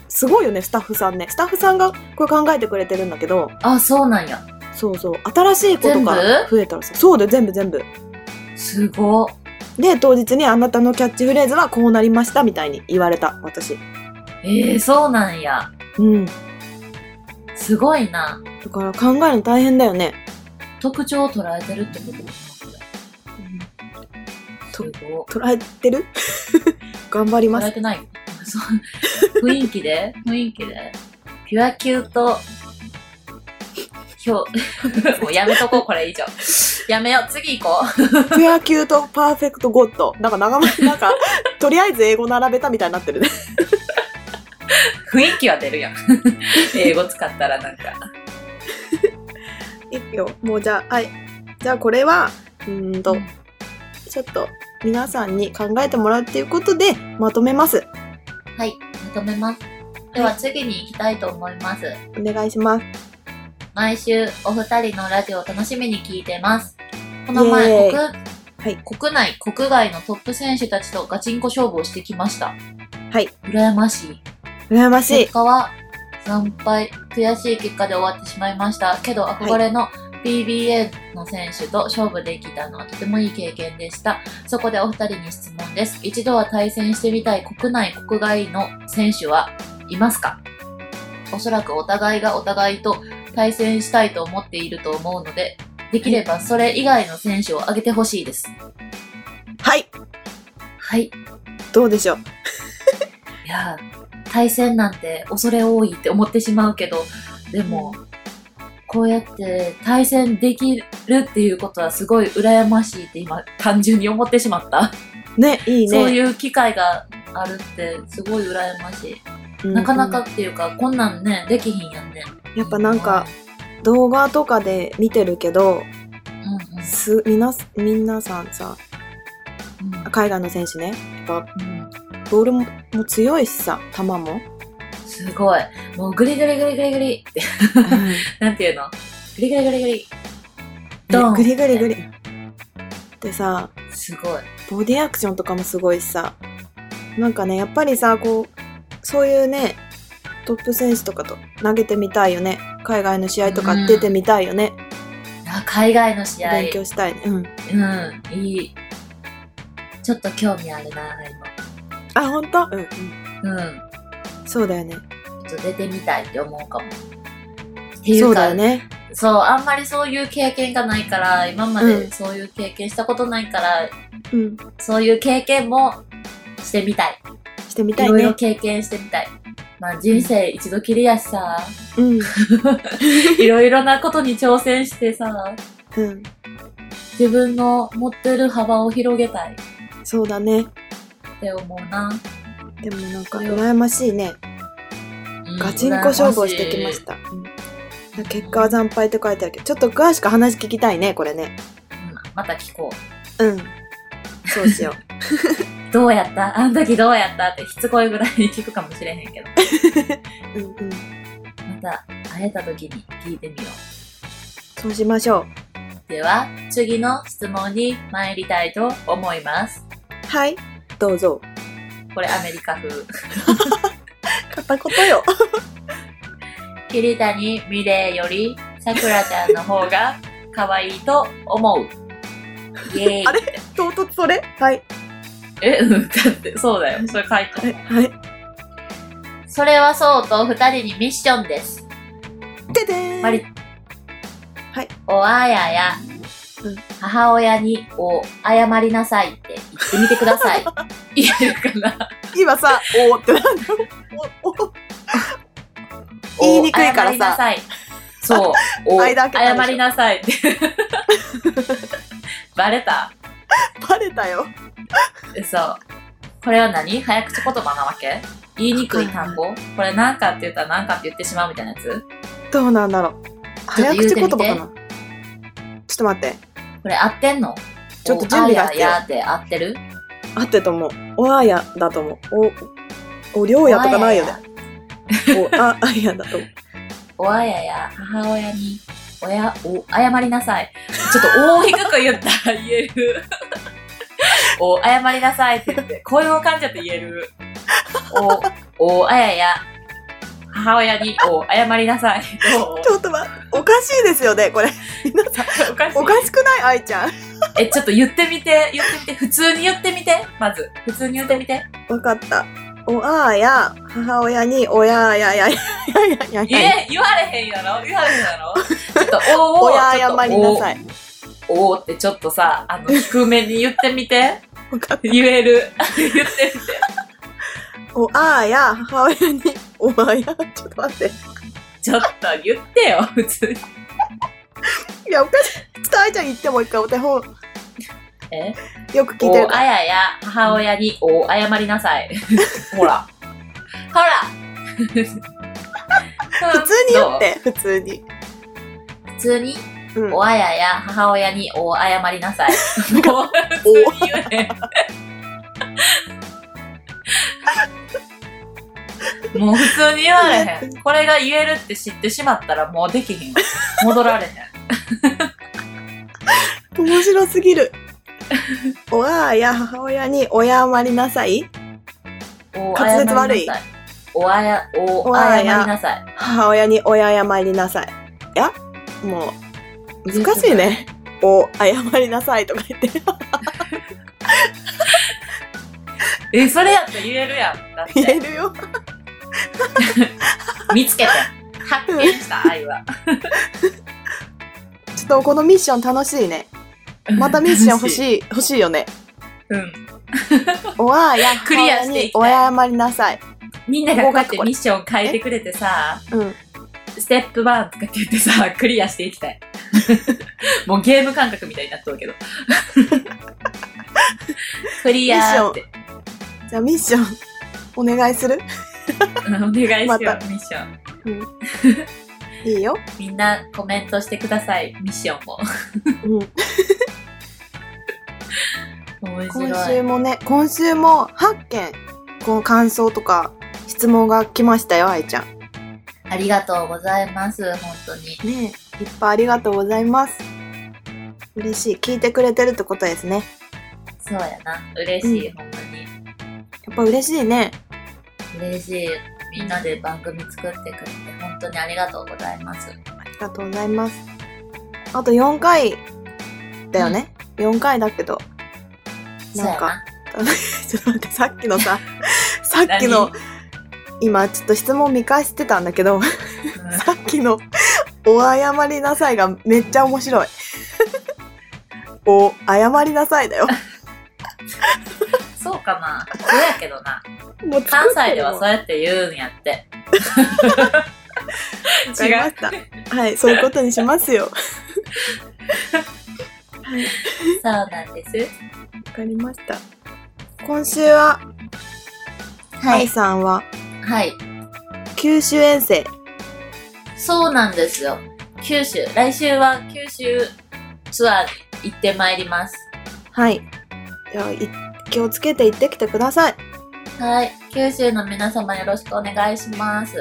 A: すごいよね、スタッフさんね。スタッフさんがこれ考えてくれてるんだけど、
B: あ、そうなんや。
A: そうそう。新しいことが
B: 全
A: 増えたらさ。そうだよ、全部全部。
B: すごっ。
A: で、当日にあなたのキャッチフレーズはこうなりましたみたいに言われた、私。
B: ええー、そうなんや。
A: うん。だ
B: すごいな。
A: から考えるの大変だよね。
B: 特徴を捉えてるってことかな、これ。す
A: と
B: ごっ。
A: 捉えてる 頑張りま
B: 捉え
A: す。
B: てない。そう。雰囲気で雰囲気でピュアキュート。ひょ もうやめとこう、これ以上。やめよう、次行こう。
A: フェアキュートパーフェクトゴッド。なんか長め、なんか、とりあえず英語並べたみたいになってるね。
B: 雰囲気は出るやん。英語使ったらなんか。
A: いいよ。もうじゃあ、はい。じゃあこれは、うーんと、
B: うん
A: ちょっと皆さんに考えてもらうっていうことでまとめます。
B: はい、認めます。では次に行きたいと思います。
A: お願いします。
B: 毎週お二人のラジオを楽しみに聞いてます。この前
A: イエ
B: 国、
A: はい
B: 国内、国外のトップ選手たちとガチンコ勝負をしてきました。
A: はい。
B: 羨ましい。
A: 羨ましい
B: 結。果は惨敗、悔しい結果で終わってしまいましたけど憧れの PBA の選手と勝負できたのはとてもいい経験でしたそこでお二人に質問です一度は対戦してみたい国内国外の選手はいますかおそらくお互いがお互いと対戦したいと思っていると思うのでできればそれ以外の選手を挙げてほしいです
A: はい。
B: はい
A: どうでしょう。
B: いやー、対戦なんて恐れ多いって思ってしまうけど、でも、こうやって対戦できるっていうことはすごい羨ましいって今、単純に思ってしまった。
A: ね、いいね。
B: そういう機会があるってすごい羨ましい。
A: うん
B: なかなかっていうか、こんなんね、できひんやんね。
A: やっぱなんか、動画とかで見てるけど、
B: うんう
A: す、みな、みんなさんさ、
B: ん、うん
A: 海外の選手ね、
B: うん
A: ボールもも強いしさ、球も。
B: すごい。もうグリグリグリグリグリって、なんていうのグリグリグリグリ。ドン
A: グリグリグリ。でさ、
B: すごい。
A: ボディアクションとかもすごいしさ、なんかね、やっぱりさ、こう、そういうね、トップ選手とかと投げてみたいよね。海外の試合とか出てみたいよね。
B: あ海外の試合。
A: 勉強したいね。うん。
B: うん、いい。ちょっと興味あるな、
A: あ、ほんとうん。
B: 今。うん。
A: そうだよね。
B: ちょっと出てみたいって思うかも。ってい
A: そうう
B: か、
A: だよ
B: そう,、
A: ね。
B: あんまりそういう経験がないから、今ま
A: う
B: で
A: ん
B: そういう経験したことないから、
A: うん。
B: そういう経験もしてみたい。
A: してみた
B: い
A: い
B: ろいろ
A: ね。
B: 経験してみたい。まあ人生一度きりやしさ、
A: うん。
B: いろいろなことに挑戦してさ、
A: うん。
B: 自分の持ってる幅を広げたいっ
A: そうだね。
B: て思うな。
A: でもなんか羨ましいね。
B: うん
A: ガチンコ勝負をしてきまし。た。うん結果は惨敗って書いてあるけど、ちょっと詳しく話聞きたいね、これ
B: 羨ま
A: ね。
B: しいうんまた聞こう。
A: うん。そうしよ
B: どうやったあの時どうやったってしつこいぐらいに聞くかもしれへんけど。
A: う。うんうん。
B: また会えた時に聞いてみよ
A: そうしましょ
B: う。では、次の質問に参りたいと思います。
A: う。はい。どうぞ。
B: これアメリカ風。
A: 片言よ。
B: 桐谷美玲よりさくらちゃんの方が可愛いと思う。イエーイ
A: あ。れ 唐突それはい。
B: え、うんだって、そうだよ。それ書い
A: はい。
B: て
A: はい。
B: それはそうと二人にミッションです。
A: てでーん。
B: マリ。
A: はい。
B: おあやや
A: うん、
B: 母親に、お、謝りなさいって言ってみてくだ さい。言えるかな
A: 今さ、おーってなんだおお言いにくいか
B: お謝
A: らさ
B: りなさい。 そう。お、
A: 間開けたでしょ
B: 謝りなさいって。 バレた
A: バレたよ。
B: 嘘。これは何早口言葉なわけ言いにくい単語これなんかって言ったらなんかって言ってしまうみたいなやつ
A: どうなんだろう。
B: ちょ
A: 早
B: っと言う
A: 口
B: てみ
A: 言
B: て
A: 葉かなちょっと待って。
B: これ合ってんの
A: ちょっと準備が必要
B: おあややって合ってる
A: 合ってると思う。おあやだと思う。お、おりょうやとかないよね。おああやだと 思う。
B: おあやや母親に親お謝りなさいちょっと大低く言ったら言え るお謝りなさいって言って声を噛んじゃって言えるおおあやや母親にお謝りなさいどう
A: ちょっと待って。おかしいですよね、これ。
B: おかしい
A: おかしくないあいちゃん。
B: えちょっと言ってみて言ってみて普通に言ってみてまず普通に言ってみて
A: わかった。おあや、母親に、おややややややや
B: 言
A: や。
B: え言われへんやろ言われへんやろちょっとおお
A: おや謝りなさ
B: い
A: い。
B: おおってちょっとさあの低めに言ってみて
A: わかった。
B: 言える 言ってみて
A: おあや、母親に、おあや。ちょっと待って。
B: ちょっと言ってよ普通に
A: いや、おかしい。ちょっとあいちゃん言ってもう一回お手本、
B: え
A: よく聞いてる
B: お。あやや母親にお謝りな さいほらほら
A: 普通に言っ
B: ど
A: て、普通に。
B: う普通に
A: うん。
B: おあやや母親にお謝りな さい。もう普通に言えへん。もう普通に言われへん。これが言えるって知ってしまったらもうできひん。戻られへん。
A: 面白 すぎる。お母や母親に親謝りなさい
B: お
A: 滑舌悪
B: 謝
A: い
B: りなさおあや、お、
A: お
B: 謝
A: あや
B: りなさい。
A: 母親に親謝りなさい。いや、もう、難しいね。お、謝りなさいとか 言って。
B: え、それやったら言えるやん。だっ
A: 言え
B: て、
A: るよ。
B: 見つけて。発見した愛は。
A: ちょっとこのミッション楽しいね。またミッション欲
B: い。
A: しい、欲しいよね。
B: うん。
A: おあや、
B: クリアしていきたい
A: 母親にお謝りなさい。
B: みんながこうやってミッション変えてくれてさ、
A: うん。
B: ステップ1とかって言ってさ、クリアしていきた い。もうゲーム感覚みたいになっとるけど。 クリアーって。
A: じゃあミッション、お願いする
B: うんお願いしよ
A: ま
B: う、
A: た
B: ミッション。
A: いいよ。
B: みんなコメントしてください、ミッションも。
A: うん。
B: 面白い。
A: 今週もね、今週も8件、この感想とか、質問が来ましたよ、愛ちゃん。
B: ありがとうございます、本当に。
A: ねえいっぱいありがとうございます。嬉しい。聞いてくれてるってことですね。
B: そうやな。嬉しい、ほんまに。
A: やっぱ嬉しいね。
B: 嬉しい。みんなで番組作ってくれて、本当にありがとうございます。
A: ありがとうございます。あと4回だよね。4回だけど。
B: そう
A: なん
B: や
A: か、
B: な。
A: ちょっと待って、さっきのさ、さっきの、今ちょっと質問見返してたんだけ
B: う
A: ど、
B: ん
A: さっきの、お謝りなさいがめっちゃ面白い。 お、謝りなさいだ よ。
B: そうかな。そうやけどな。
A: もう作
B: 関
A: っ
B: 西
A: てる
B: で
A: もん
B: はそうやって言うんやって。
A: わ かりました。はい、そういうことにしますよ。わ
B: そうなんです。
A: かりました。今週は、
B: は
A: 愛。さんは
B: はい。
A: 九州遠征。
B: そうなんですよ。九州、来週は九州ツアーに行ってまいります。
A: はい。じゃあ、い気をつけて行ってきてください。
B: はい。九州の皆様よろしくお願いします。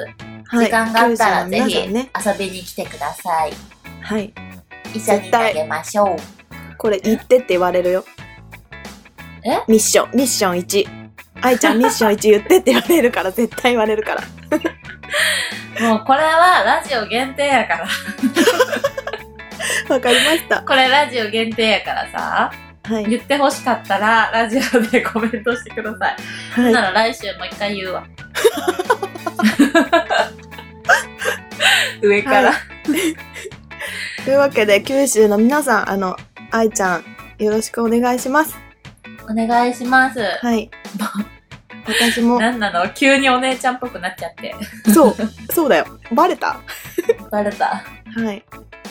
A: はい。
B: 時間があったらぜ
A: 九
B: ひ
A: 州の皆さ
B: 遊
A: んね。
B: びに来てください。
A: はい。
B: 一緒に投げましょう。
A: これ、行ってって言われるよ。
B: え
A: ミッション、ミッション1。愛ちゃん、ミッション1言ってって言われるから、絶対言われるから。
B: もうこれはラジオ限定やから。
A: わかりました。
B: これラジオ限定やからさ。
A: はい。
B: 言ってほしかったらラジオでコメントしてください。な
A: は。
B: いら来週もう一回言う わ。上から。
A: はというわけで、九州の皆さん、あの、愛ちゃん、よろしくお願いします。
B: お願いします。
A: はい。私も、
B: なんなの急にお姉ちゃんっぽくなっちゃって。
A: そう、そうだよ。バレた
B: バレた。
A: はい。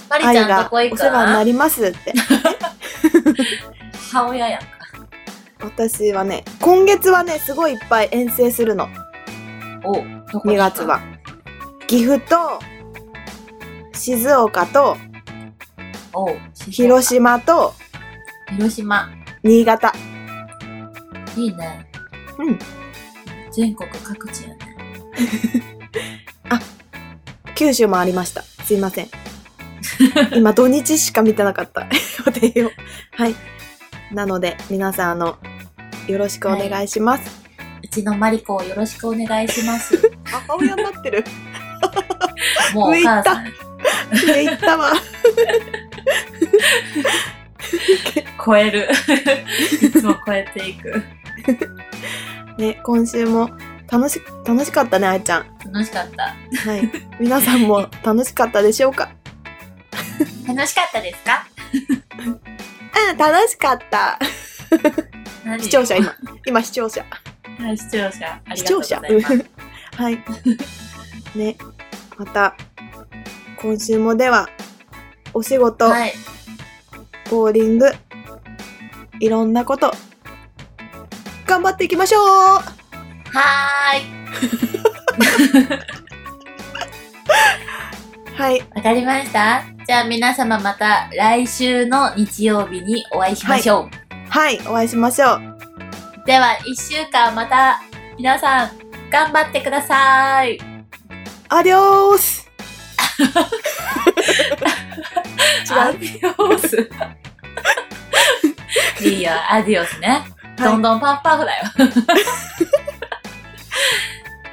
B: マリち
A: 愛
B: ゃん
A: が
B: ど
A: お
B: こ行く
A: 世話になりますって。
B: 母親やんか。
A: 私はね、今月はね、すごいいっぱい遠征するの。
B: お、どこ
A: 2月は。岐阜と、静岡と、
B: お
A: 広島と、
B: 広島。
A: 新潟。
B: いいね。
A: うん。
B: 全国各地やね。
A: 九州もありました。すい ません。今、土日しか見てなかった。 予定を。はい。なので、皆さん、あの、よろしくお願いします。
B: うちのマリコをよろしくお願いします。
A: 母親になって る。
B: もうお
A: 上行
B: 母
A: った
B: さん。
A: 上行ったわ。
B: 超える。 いつも超えていく。
A: ね、今週も楽し、楽しかったね、あいちゃん。
B: 楽しかった。
A: はい。皆さんも楽しかったでしょうか
B: 楽しかったですか
A: うん、楽しかった。
B: 何
A: 視聴者、今。今、視聴者。
B: はい、視聴者。あり
A: 視
B: がとうご
A: 聴
B: ざ
A: 者
B: います。
A: はい。ね。また、今週もでは、お仕事、
B: はい。
A: ボーリング、いろんなこと、頑張っていきましょう
B: はーい。
A: はい。
B: わかりましたじゃあ皆様また来週の日曜日にお会いしましょう。
A: はい、お会いしましょう。
B: では、一週間また皆さん、頑張ってください。
A: アディオースう
B: アディオ ス。いいよ、アディオスね。どんどんパンパフだよ。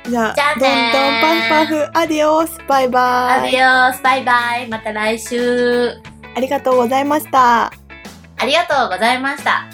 A: じゃあ、
B: じゃあ
A: どんどんパ
B: ねー
A: ンパフ、アディオース、バイバ
B: ア
A: イ。
B: ディオス、バイバイ。また来週。
A: ありがとうございました。
B: ありがとうございました。